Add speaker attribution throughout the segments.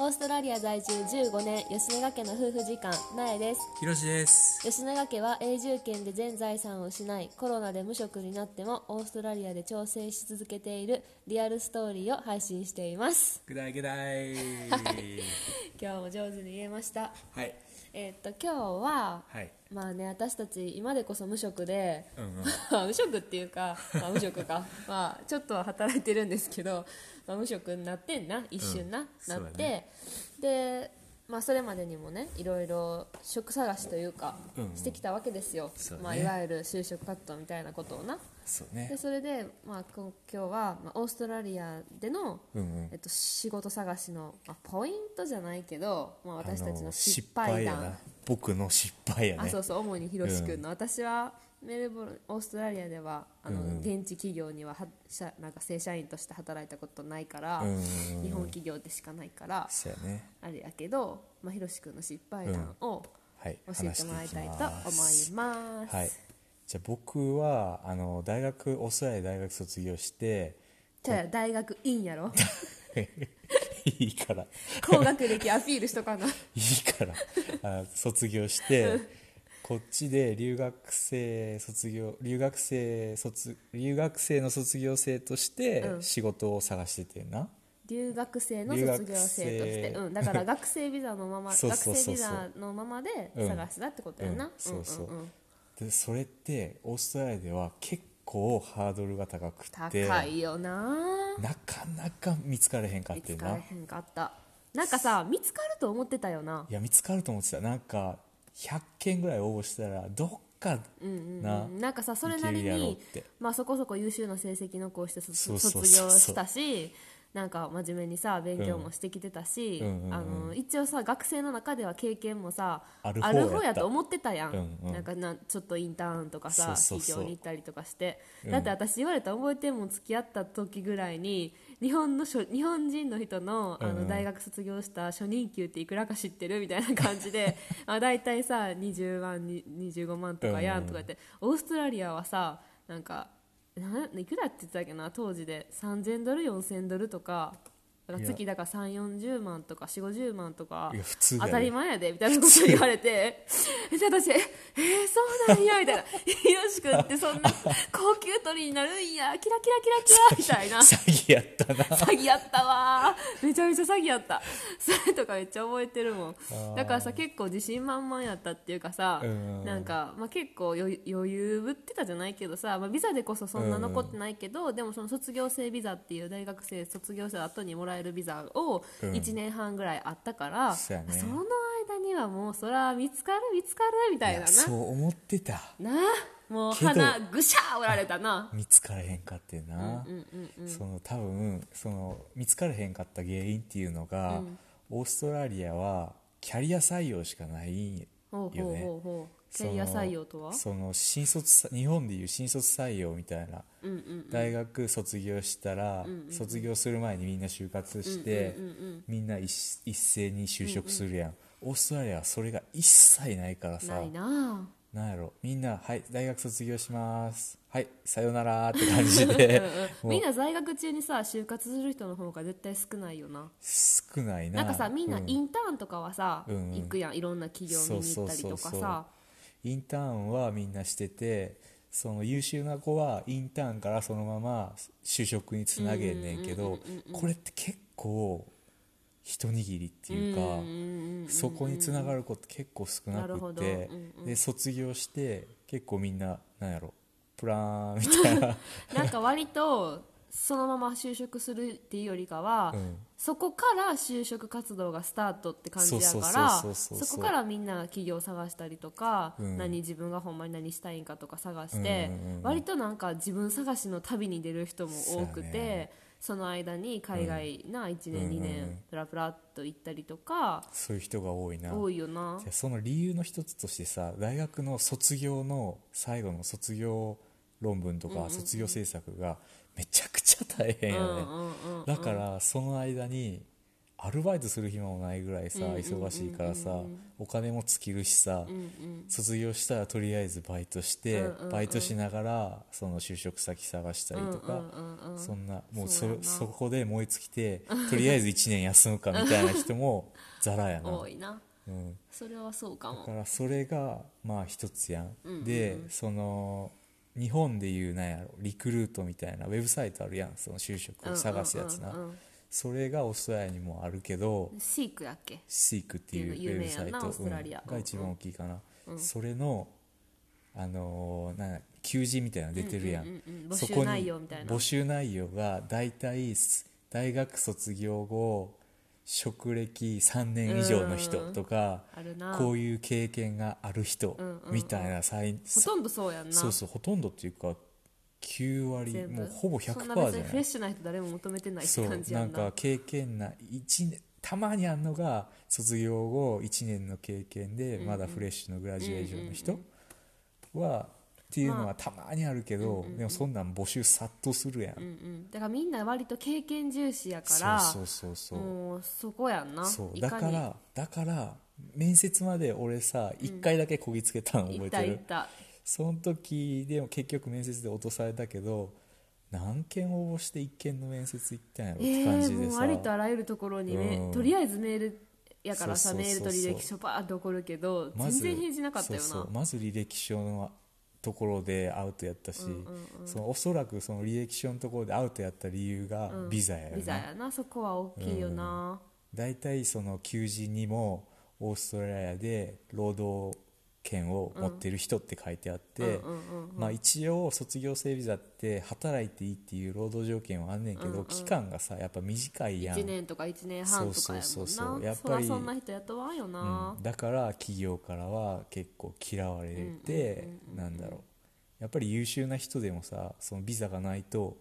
Speaker 1: オーストラリア在住15年吉永家の夫婦時間苗です
Speaker 2: ひろしです。
Speaker 1: 吉永家は永住権で全財産を失いコロナで無職になってもオーストラリアで挑戦し続けているリアルストーリーを配信しています
Speaker 2: ぐだいぐだ い。
Speaker 1: 今日も上手に言えました
Speaker 2: はい。
Speaker 1: えーっと今日は、
Speaker 2: はい。
Speaker 1: まあね私たち今でこそ無職で、
Speaker 2: うんうん。
Speaker 1: まあ無職っていうか、まあ、無職か まあちょっとは働いてるんですけど、まあ、無職になってんな一瞬な、
Speaker 2: うん
Speaker 1: なっ
Speaker 2: そう
Speaker 1: て、
Speaker 2: だ
Speaker 1: で、まあ、それまでにもねいろいろ職探しというか、
Speaker 2: うんうん
Speaker 1: してきたわけですよ、
Speaker 2: そうだね
Speaker 1: まあ、いわゆる就職活動みたいなことをな
Speaker 2: そうね
Speaker 1: で。それで、まあ、こ今日は、まあ、オーストラリアでの、
Speaker 2: うんうん
Speaker 1: えっと、仕事探しの、まあ、ポイントじゃないけど、まあ、私たち
Speaker 2: あ
Speaker 1: の失敗
Speaker 2: や
Speaker 1: 談
Speaker 2: な。僕の失敗や
Speaker 1: あ
Speaker 2: ね
Speaker 1: そ。うそう主にひろし君の、私はメルボルンオーストラリアではあの、
Speaker 2: うんうん
Speaker 1: 現地企業にはは社なんか正社員として働いたことないから、
Speaker 2: うんうんうん
Speaker 1: 日本企業でしかないから
Speaker 2: そうやね。
Speaker 1: あれやけど、まあ、ひろし君の失敗談を
Speaker 2: はい。
Speaker 1: 教えてもらいたいと思い
Speaker 2: 話してき
Speaker 1: ます。
Speaker 2: はい。じゃあ僕はあの大学オーストラリア大学卒業して、
Speaker 1: じゃあ大学院やろ
Speaker 2: いいから。
Speaker 1: 高学歴アピールしと かない
Speaker 2: いからあ卒業してこっちで留学生卒業留学生卒留学生の卒業生として
Speaker 1: うん
Speaker 2: 仕事を探しててんな、
Speaker 1: 留学生の卒業生として
Speaker 2: 留学生
Speaker 1: うん、だから学生ビザのまま
Speaker 2: そうそうそうそう
Speaker 1: 学生ビザのままで探したってことやな、
Speaker 2: うんそうそうん
Speaker 1: んん
Speaker 2: でそれってオーストラリアでは結構ハードルが高くて
Speaker 1: 高いよな
Speaker 2: なかなか見つからへんかっ
Speaker 1: 見
Speaker 2: て
Speaker 1: つ
Speaker 2: ん
Speaker 1: か
Speaker 2: な
Speaker 1: らへんかったなんかさ見つかると思ってたよない
Speaker 2: や見つかると思ってたなんか100件ぐらい応募したらどっかな
Speaker 1: うんなんかさそれなり
Speaker 2: いけるやろ
Speaker 1: に
Speaker 2: って、
Speaker 1: まあ、そこそこ優秀な成績残して卒
Speaker 2: そうそうそう
Speaker 1: 卒業したしなんか真面目にさ勉強もしてきてたし、
Speaker 2: うんうんうんうん
Speaker 1: あの一応さ学生の中では経験もさ
Speaker 2: ある方やった
Speaker 1: と思ってたやん,、
Speaker 2: うんうん
Speaker 1: なんかなちょっとインターンとかさ
Speaker 2: そうそうそ
Speaker 1: 企
Speaker 2: う
Speaker 1: 業に行ったりとかして、
Speaker 2: うん
Speaker 1: だって私言われた覚えてんもん付き合った時ぐらいに日本の初日本人の人のあ
Speaker 2: うんう
Speaker 1: の
Speaker 2: ん
Speaker 1: 大学卒業した初任給っていくらか知ってるみたいな感じ であ大体さ20万に25万とかやんとか言って、オーストラリアはさなんかないくらって言ってたっけな当時で3000ドル4000ドルとかだから
Speaker 2: いや
Speaker 1: 月だから3 4 0万とか4 5 0万とか
Speaker 2: いや普通だ
Speaker 1: 当
Speaker 2: よ
Speaker 1: たり前やでみたいなこと言われてで私ええーそうなんやみたいな「ひろし君ってそんな高級鳥になるんやキラキラキラキラ」みたいな
Speaker 2: 詐欺やったな
Speaker 1: 詐欺やったわーめちゃめちゃ詐欺やったそれとかめっちゃ覚えてるもん
Speaker 2: ー
Speaker 1: だからさ結構自信満々やったっていうかさ
Speaker 2: うん
Speaker 1: なんか、まあ、結構余余裕ぶってたじゃないけどさ、まあ、ビザでこそそんな残ってないけど、でもその卒業生ビザっていう大学生卒業生の後にもらえるビザを
Speaker 2: うん
Speaker 1: 1年半ぐらいあったから、
Speaker 2: そうやね
Speaker 1: その間にはもうそら見つかる見つかるみたい
Speaker 2: い
Speaker 1: なな
Speaker 2: やそう思ってた
Speaker 1: なあもう
Speaker 2: けど
Speaker 1: 鼻ぐしゃーおられた な
Speaker 2: 見つからへんかってんな、その多分その見つからへんかった原因っていうのが、オーストラリアはキャリア採用しかないんよ
Speaker 1: ほうほう
Speaker 2: ね
Speaker 1: ほうほうキ
Speaker 2: その
Speaker 1: ャリア採用とは
Speaker 2: その新卒日本でいう新卒採用みたいな、大学卒業したら、卒業する前にみんな就活して、みんな一一斉に就職するやん、オーストラリアはそれが一切ないからさ
Speaker 1: ないなあ
Speaker 2: なんやろみんな「はい大学卒業しますはいさよなら」って感じでもう
Speaker 1: みんな在学中にさ就活する人の方が絶対少ないよな
Speaker 2: 少ないな
Speaker 1: なんかさみんな
Speaker 2: う
Speaker 1: インターンとかはさ、
Speaker 2: うんうん
Speaker 1: 行くやんいろんな企業見に行ったりとかさ
Speaker 2: そうそうそうそうインターンはみんなしててその優秀な子はインターンからそのまま就職につなげんねんけどこれって結構一握りっていうか
Speaker 1: うんうんうんうん
Speaker 2: そこにつながる子って結構少な
Speaker 1: なるほ
Speaker 2: く
Speaker 1: ど
Speaker 2: て
Speaker 1: うんうん
Speaker 2: で卒業して結構みんななんやろプラーンみたい な
Speaker 1: なんか割とそのまま就職するっていうよりかは、
Speaker 2: うん
Speaker 1: そこから就職活動がスタートって感じやから
Speaker 2: そうそうそうそうそうそう
Speaker 1: そこからみんな企業探したりとか、
Speaker 2: うん
Speaker 1: 何自分がほんまに何したいんかとか探して、
Speaker 2: うんうんうん
Speaker 1: 割となんか自分探しの旅に出る人も多く
Speaker 2: そうや
Speaker 1: て、
Speaker 2: ね
Speaker 1: その間に海外な1年、
Speaker 2: う
Speaker 1: 2
Speaker 2: んうんうん
Speaker 1: 年プラプラっと行ったりとか、
Speaker 2: そういう人が多いな。
Speaker 1: 多いよな
Speaker 2: じゃあその理由の一つとしてさ大学の卒業の最後の卒業論文とか卒業制作がめちゃくちゃ大変や
Speaker 1: う
Speaker 2: ね、
Speaker 1: んうんうん
Speaker 2: だからその間にアルバイトする暇もないぐらいさ忙しいからさお金も尽きるしさ卒業したらとりあえずバイトしてバイトしながらその就職先探したりとかそんなもうそれそこで燃え尽きてとりあえず1年休むかみたいな人もザラや な。
Speaker 1: 多いな
Speaker 2: うん
Speaker 1: それはそうか
Speaker 2: だか
Speaker 1: も
Speaker 2: らそれがまあ一つやん,、
Speaker 1: んうんうん
Speaker 2: でその日本でいうなんやろリクルートみたいなウェブサイトあるやんその就職を探すやつな、
Speaker 1: うんうんうん
Speaker 2: それがオーストラリアにもあるけど、
Speaker 1: うんシークやっけ
Speaker 2: シークっていうウェブサイ
Speaker 1: 有名やな
Speaker 2: ト
Speaker 1: オーストラリア
Speaker 2: うんが一番大きいかな、それのあのーなんや求人みたいなの出てるやん,、
Speaker 1: うんうんうんうん募
Speaker 2: そ
Speaker 1: 集
Speaker 2: こに
Speaker 1: 内容みたいな
Speaker 2: 募集内容が大体す大学卒業後職歴3年以上の人とか
Speaker 1: うんあるな
Speaker 2: こういう経験がある人
Speaker 1: んうんうん
Speaker 2: みたいな最、
Speaker 1: ほとんどそうやんな
Speaker 2: そうそうほとんどっていうか9割
Speaker 1: 全部
Speaker 2: もうほぼ
Speaker 1: そんな別
Speaker 2: 100%じゃ
Speaker 1: に
Speaker 2: な
Speaker 1: フレッ
Speaker 2: い
Speaker 1: シュな人誰も求めてないって
Speaker 2: そう
Speaker 1: 感じや
Speaker 2: なんん
Speaker 1: な
Speaker 2: か経験な一年たまにあんのが卒業後1年の経験でまだフレッシュのグラジュエーションの人はっていうのはたまにあるけどでもそんなん募集殺到するやん
Speaker 1: うんうん、だからみんな割と経験重視やから
Speaker 2: そうそうそうそう
Speaker 1: もうそこやんな
Speaker 2: そう
Speaker 1: い
Speaker 2: だ
Speaker 1: に
Speaker 2: からだから面接まで俺さ1回だけこぎつけたの覚
Speaker 1: い
Speaker 2: え
Speaker 1: た
Speaker 2: て
Speaker 1: い
Speaker 2: る
Speaker 1: た
Speaker 2: その時でも結局面接で落とされたけど何件応募して1件の面接行ったんやろっ
Speaker 1: え
Speaker 2: て感
Speaker 1: ー、
Speaker 2: じで
Speaker 1: もう
Speaker 2: さ、
Speaker 1: ありとあらゆるところにね、
Speaker 2: うん
Speaker 1: とりあえずメールやからさ
Speaker 2: そうそうそうそう
Speaker 1: メールと履歴書バーって送るけど
Speaker 2: ま
Speaker 1: 全
Speaker 2: ず
Speaker 1: 然返事なかったよな
Speaker 2: そうそうまず履歴書のところでアウトやったし、
Speaker 1: ん
Speaker 2: そのおそらくその履歴書のところでアウトやった理由がビザやよ
Speaker 1: ビザ
Speaker 2: な、
Speaker 1: やなそこは大きいよな、
Speaker 2: 大体その求人にもオーストラリアで労働権を持ってる人って書いてあって、まあ、一応卒業生ビザって働いていいっていう労働条件はあんねんけど、期間がさやっぱ短いやん
Speaker 1: 1年とか1年半とかや
Speaker 2: そ
Speaker 1: も
Speaker 2: うそうそうそ
Speaker 1: ん
Speaker 2: う
Speaker 1: な
Speaker 2: やっ
Speaker 1: そ
Speaker 2: ぱ
Speaker 1: ら
Speaker 2: り
Speaker 1: そんな人雇わんよな
Speaker 2: うん、だから企業からは結構嫌われてなんだろうやっぱり優秀な人でもさそのビザがないと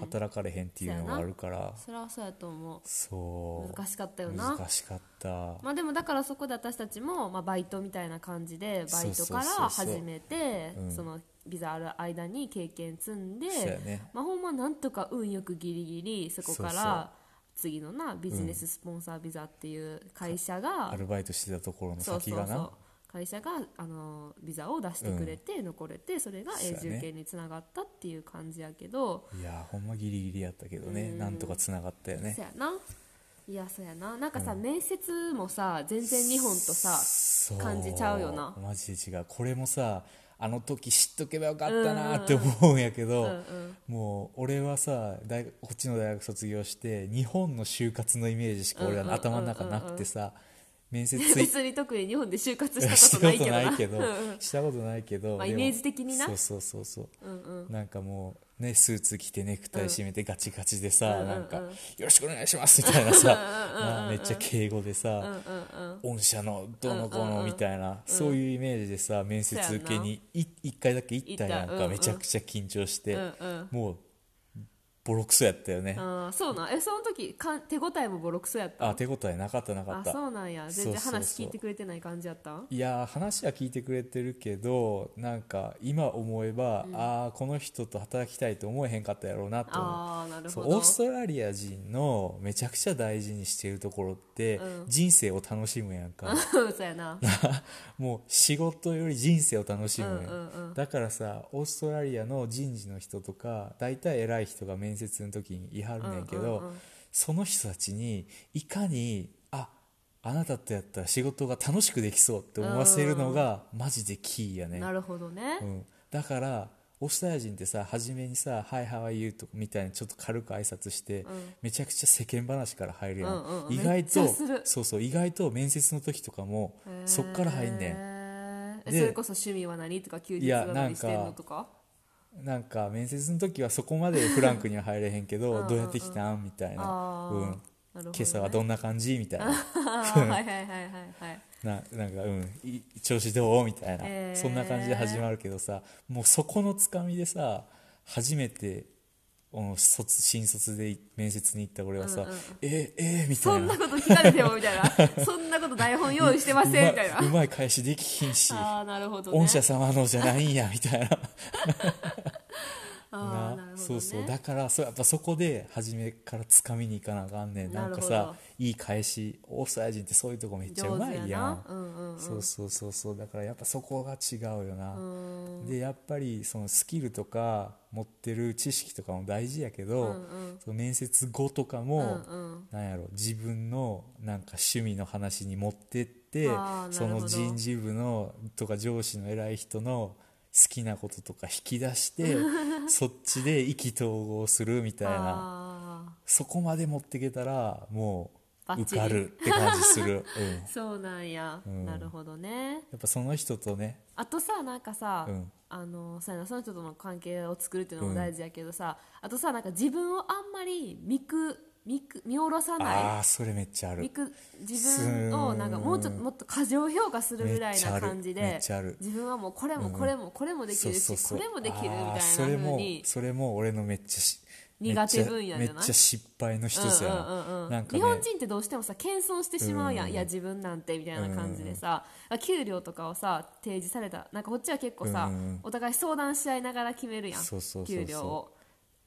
Speaker 2: 働かれへんっていうのがあるから、
Speaker 1: それはそうやと思
Speaker 2: そうう
Speaker 1: 難しかったよな
Speaker 2: 難しかった
Speaker 1: まあでもだからそこで私たちも、まあ、バイトみたいな感じでバイトから
Speaker 2: そうそうそうそう
Speaker 1: 始めて
Speaker 2: うん
Speaker 1: そのビザある間に経験積んで、
Speaker 2: そうやね
Speaker 1: まあ、ほんまなんとか運よくギリギリそこか
Speaker 2: そうそう
Speaker 1: ら次のなビジネススポンサービザっていう会社が、
Speaker 2: アルバイトしてたところの
Speaker 1: そう
Speaker 2: 先
Speaker 1: そう
Speaker 2: が
Speaker 1: そう
Speaker 2: な
Speaker 1: 会社があのビザを出してくれて、残れてそれが
Speaker 2: そ
Speaker 1: 永
Speaker 2: うやね
Speaker 1: 住権につながったっていう感じやけど
Speaker 2: いやーほんまギリギリやったけどねなんとかつながったよね
Speaker 1: そやないやそうやななんかさ、面接もさ全然日本とさ
Speaker 2: そう
Speaker 1: 感じちゃうよな
Speaker 2: マジで違うこれもさあの時知っとけばよかったなって思うんやけど、もう俺はさ大学こっちの大学卒業して日本の就活のイメージしか俺らの頭の中なくてさ、面 接つい
Speaker 1: 別に特に日本で就活し
Speaker 2: した
Speaker 1: こと
Speaker 2: た
Speaker 1: な
Speaker 2: こ
Speaker 1: いけ
Speaker 2: と
Speaker 1: どな
Speaker 2: ないけど
Speaker 1: うんうん
Speaker 2: したことないけど、
Speaker 1: まあ
Speaker 2: でも
Speaker 1: イメージ的にな
Speaker 2: そうそうそうそう、なんかもうねスーツ着てネクタイ締めてガチガチでさ、なんか、よろしくお願いします」みたいなさ、なめっちゃ敬語でさ、御社のどうのこうのみたいな、そういうイメージでさ面接受けにい一回だけ行ったやんか、
Speaker 1: 行ったうんうん
Speaker 2: めちゃくちゃ緊張して、
Speaker 1: うんうん
Speaker 2: もうボロクソやったよね、
Speaker 1: あーそうなんえその時かん手応えもボロクソやった
Speaker 2: あ手応えなかったなか
Speaker 1: あ
Speaker 2: った
Speaker 1: そうなんや全然
Speaker 2: そうそうそ
Speaker 1: 話
Speaker 2: う
Speaker 1: 聞いてくれてない感じやった
Speaker 2: いやー話は聞いてくれてるけどなんか今思えば、ああこの人と働きたいと思えへんかったやろうなと思う
Speaker 1: ああなる
Speaker 2: そ
Speaker 1: ほ
Speaker 2: う
Speaker 1: ど
Speaker 2: オーストラリア人のめちゃくちゃ大事にしてるところって、人生を楽しむやんか
Speaker 1: うん そうやな
Speaker 2: もう仕事より人生を楽しむやん、
Speaker 1: うんう
Speaker 2: だからさオーストラリアの人事の人とか大体偉い人が面接の時に言いはるねんけど、その人たちにいかにああなたとやったら仕事が楽しくできそうって思わせるのがマジでキーやね、
Speaker 1: なるほどね
Speaker 2: うん、だからオーストラリア人ってさ初めにさ「はいハワイユー」とかみたいにちょっと軽く挨拶して、めちゃくちゃ世間話から入るやん、
Speaker 1: うんうんうん
Speaker 2: 意外
Speaker 1: めっ
Speaker 2: と
Speaker 1: ちゃする
Speaker 2: そうそう意外と面接の時とかもそっから入んねん
Speaker 1: へー
Speaker 2: で
Speaker 1: それこそ趣味は何とか休
Speaker 2: い
Speaker 1: 日
Speaker 2: や
Speaker 1: は
Speaker 2: なん
Speaker 1: 何
Speaker 2: か
Speaker 1: してんのとか
Speaker 2: なんか面接の時はそこまでフランクには入れへんけどどうやって来たんみたいな
Speaker 1: あー
Speaker 2: うん
Speaker 1: なるほどね
Speaker 2: 今朝はどんな感じみたいな
Speaker 1: あー はいはいはいはいはい
Speaker 2: ななんかうんい調子どうみたいな、
Speaker 1: へー
Speaker 2: そんな感じで始まるけどさもうそこのつかみでさ初めてうん卒新卒で面接に行った俺はさ、えー、えー、みた
Speaker 1: そ
Speaker 2: い
Speaker 1: んな
Speaker 2: な
Speaker 1: こと聞かれてもみたいなそんなこと台本用意してませんみたいう
Speaker 2: ま
Speaker 1: な
Speaker 2: うまい返しできひんし
Speaker 1: ああなるほどね
Speaker 2: 御社様のじゃないんやみたいな
Speaker 1: あーなるほどね
Speaker 2: そうそうだからそうやっぱそこで初めからつかみに行かなあかんねん
Speaker 1: な
Speaker 2: な
Speaker 1: る
Speaker 2: ん
Speaker 1: ほ
Speaker 2: か
Speaker 1: ど
Speaker 2: さいい返しオーストラリア人ってそういうとこめっちゃうま
Speaker 1: 上
Speaker 2: いやん
Speaker 1: 手やなうんうんうん
Speaker 2: そうそうそうそうだからやっぱそこが違うよな、
Speaker 1: うん
Speaker 2: でやっぱりそのスキルとか持ってる知識とかも大事やけど、その面接後とかも、
Speaker 1: うん
Speaker 2: なんやろ自分のなんか趣味の話に持ってって
Speaker 1: あー
Speaker 2: そ
Speaker 1: なるほ
Speaker 2: の
Speaker 1: ど
Speaker 2: 人事部のとか上司の偉い人の好きなこととか引き出して そっちで意気投合するみたいな
Speaker 1: あ
Speaker 2: そこまで持ってけたらも
Speaker 1: バ
Speaker 2: う
Speaker 1: ッチ
Speaker 2: 受
Speaker 1: リ
Speaker 2: かるって感じする、うん、や
Speaker 1: ーそうなんや、
Speaker 2: ん
Speaker 1: なるほどね
Speaker 2: っぱその人とね
Speaker 1: あとさなんかさ、
Speaker 2: うん
Speaker 1: あのそうやなその人との関係を作るっていうのも大事やけどさ、あとさなんか自分をあんまり見く見く見下ろさない
Speaker 2: ああーそれめっちゃある
Speaker 1: 見く自分をなんかもうちょっともっと過剰評価するぐらいな感じ
Speaker 2: め
Speaker 1: で
Speaker 2: っちゃあるめっちゃある
Speaker 1: 自分はもうこれもこれもこれもできるし、これもできるみ
Speaker 2: あー
Speaker 1: たいな風に
Speaker 2: それもそれも俺のめっちゃし
Speaker 1: 苦手分野じゃない
Speaker 2: めっちめっちゃ失敗の一つやな,、
Speaker 1: うんうんうんうん
Speaker 2: なんか、ね、
Speaker 1: 日本人ってどうしてもさ謙遜してしまうやん、いや自分なんてみたいな感じでさ、給料とかをさ提示されたなんかこっちは結構さ、
Speaker 2: うんうん
Speaker 1: お互い相談し合いながら決めるやん
Speaker 2: そうそうそうそ
Speaker 1: 給
Speaker 2: う
Speaker 1: 料を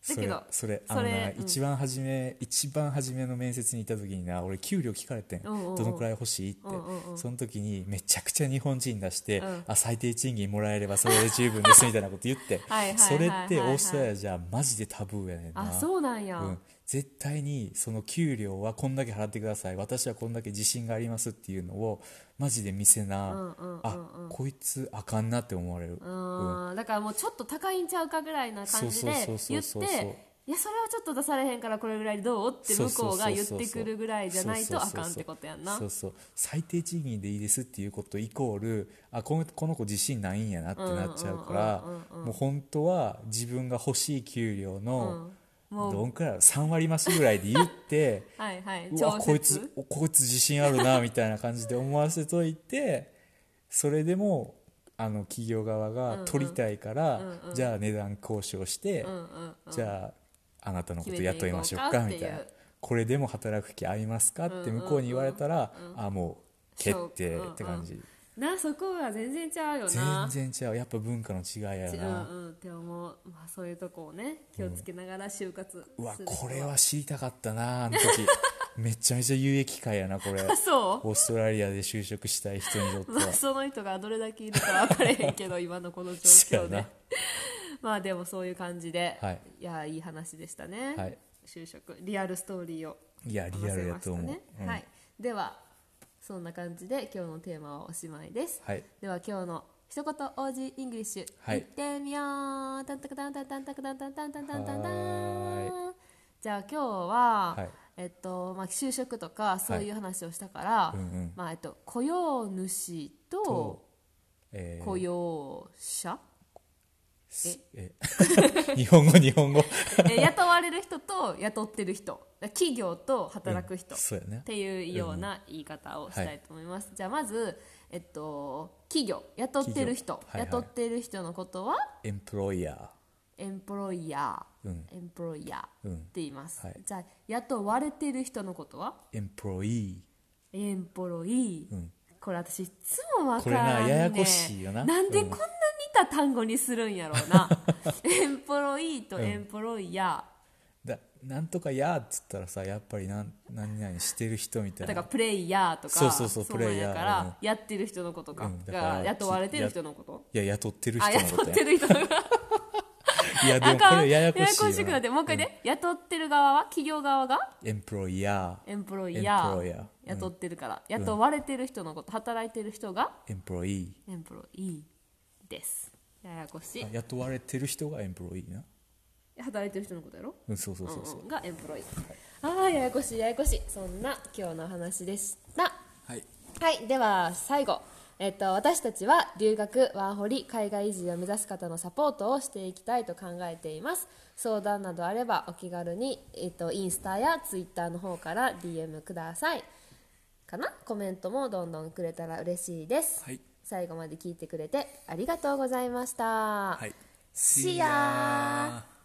Speaker 1: だ
Speaker 2: そ
Speaker 1: け
Speaker 2: れ
Speaker 1: ど
Speaker 2: それあ
Speaker 1: そ
Speaker 2: の
Speaker 1: れ
Speaker 2: な
Speaker 1: うん
Speaker 2: 一番初め一番初めの面接に行った時にな俺給料聞かれてん、
Speaker 1: うんうんうん
Speaker 2: どのくらい欲しいって、
Speaker 1: うんうんうん
Speaker 2: その時にめちゃくちゃ日本人出して、
Speaker 1: うん
Speaker 2: あ最低賃金もらえればそれで十分ですみたいなこと言って
Speaker 1: はいはいはいはい
Speaker 2: それってオーストラリアじゃマジでタブーやねんな
Speaker 1: あそうなんや、
Speaker 2: うん、絶対にその給料はこんだけ払ってください私はこんだけ自信がありますっていうのをマジで見せな、
Speaker 1: うんうんうんうん
Speaker 2: あこいつあかんなって思われ
Speaker 1: う
Speaker 2: る、
Speaker 1: んだからもうちょっと高いんちゃうかぐらいな感じで
Speaker 2: そうそ
Speaker 1: 言
Speaker 2: う
Speaker 1: っ
Speaker 2: そうそうそう
Speaker 1: ていやそれはちょっと出されへんからこれぐらいでどうって向こうが言ってくるぐらいじゃないとあかんってことやんな
Speaker 2: そうそう最低賃金でいいですっていうことイコールあこのこの子自信ないんやなってなっちゃうから
Speaker 1: うんうんうんうんうん
Speaker 2: もう本当は自分が欲しい給料
Speaker 1: う
Speaker 2: の、
Speaker 1: んもう
Speaker 2: どんくらい3割増しぐらいで言って。
Speaker 1: はいはいう調
Speaker 2: わ
Speaker 1: 節
Speaker 2: こいつおこいつ自信あるなみたいな感じで思わせといてそれでもあの企業側が取りたいから、じゃあ値段交渉して、
Speaker 1: うんうん
Speaker 2: じゃああなたのこと
Speaker 1: 決めて
Speaker 2: 雇
Speaker 1: い
Speaker 2: い
Speaker 1: こうか
Speaker 2: ましょうか
Speaker 1: って
Speaker 2: み
Speaker 1: いう
Speaker 2: たいなこれでも働く気合いますかって向こうに言われたら、あもう決定って感じ、
Speaker 1: なそこが全然ちゃうよな
Speaker 2: 全然違うやっぱ文化の違いや
Speaker 1: う
Speaker 2: な、
Speaker 1: んうんって思う、まあ、そういうとこをね気をつけながら就活する
Speaker 2: うわこれは知りたかったなあの時めちゃめちゃ有益会やな これ
Speaker 1: そう
Speaker 2: オーストラリアで就職したい人にとって
Speaker 1: ま
Speaker 2: は
Speaker 1: あその人がどれだけいるかは分かれへんけど今のこの状況
Speaker 2: そうや
Speaker 1: で
Speaker 2: な
Speaker 1: まあでもそういう感じで、
Speaker 2: はい、
Speaker 1: やいい話でしたね、
Speaker 2: はい
Speaker 1: 就職リアルストーリーを
Speaker 2: いやリアルやと思う、
Speaker 1: 話せましたね
Speaker 2: うん
Speaker 1: はい、ではそんな感じで今日のテーマはおしまいです、
Speaker 2: はい
Speaker 1: では今日の一言 OG イングリッシュ、
Speaker 2: はい
Speaker 1: 行ってみようタンタクタンタンタンタクタンタンタンタンタンタンタン
Speaker 2: は
Speaker 1: じゃあ今日は、
Speaker 2: はい
Speaker 1: えっとまあ、就職とかそういう話をしたから、
Speaker 2: うんうん
Speaker 1: まあえっと、雇用主と
Speaker 2: とえー
Speaker 1: 雇用者、
Speaker 2: すえ 日本語日本語
Speaker 1: えー雇われる人と雇ってる人企業と働く人、
Speaker 2: うんそうやね
Speaker 1: っていうような言い方をしたいと思います、じゃあまず、えっと、企業雇ってる人、
Speaker 2: 企業はいはい
Speaker 1: 雇ってる人のことは
Speaker 2: エンプロイヤー
Speaker 1: エンプロイヤー、
Speaker 2: うん
Speaker 1: エンプロイヤー
Speaker 2: う
Speaker 1: っ
Speaker 2: ん
Speaker 1: て言います、
Speaker 2: はい
Speaker 1: じゃあ雇われてる人のことは
Speaker 2: エンプロイ
Speaker 1: エンプロイー、
Speaker 2: ん
Speaker 1: これ私いつもわからん、ね、
Speaker 2: これなややこしいよなん
Speaker 1: でこんな似た単語にするんやろうなエンプロイーとエンプロイヤ
Speaker 2: だなんとかやーっつったらさやっぱりなん何々してる人み
Speaker 1: ー
Speaker 2: たい
Speaker 1: だから
Speaker 2: な
Speaker 1: プレイヤーとか
Speaker 2: そうそうそう
Speaker 1: なんや
Speaker 2: プレイヤー
Speaker 1: から、やってる人のことか,、
Speaker 2: うんだから
Speaker 1: が雇われてる人のこと
Speaker 2: いや雇って る
Speaker 1: あ
Speaker 2: 人の
Speaker 1: 雇
Speaker 2: こ
Speaker 1: っ
Speaker 2: と
Speaker 1: て
Speaker 2: や
Speaker 1: る人のこと
Speaker 2: いやでもこれややこしいよ
Speaker 1: くなってもう一回ね、雇ってる側は企業側が
Speaker 2: エンプロイヤ
Speaker 1: エンプロイヤー
Speaker 2: エンプロイヤー
Speaker 1: 雇ってるから、雇われてる人のこと働いてる人が
Speaker 2: ーエンプロイ
Speaker 1: エンプロイですややこしい
Speaker 2: あ雇われてる人がエンプロイな
Speaker 1: 働いてる人のことやろ
Speaker 2: うんそうそうそう
Speaker 1: う
Speaker 2: そう、
Speaker 1: んうんがエンプロイ、ああややこしいややこしいそんな今日のお話でした
Speaker 2: はい
Speaker 1: はいでは最後えっと、私たちは留学ワーホリ海外移住を目指す方のサポートをしていきたいと考えています相談などあればお気軽に、えっと、インスタやツイッターの方から DM くださいかなコメントもどんどんくれたら嬉しいです、
Speaker 2: はい
Speaker 1: 最後まで聞いてくれてありがとうございました、
Speaker 2: はい
Speaker 1: See ya.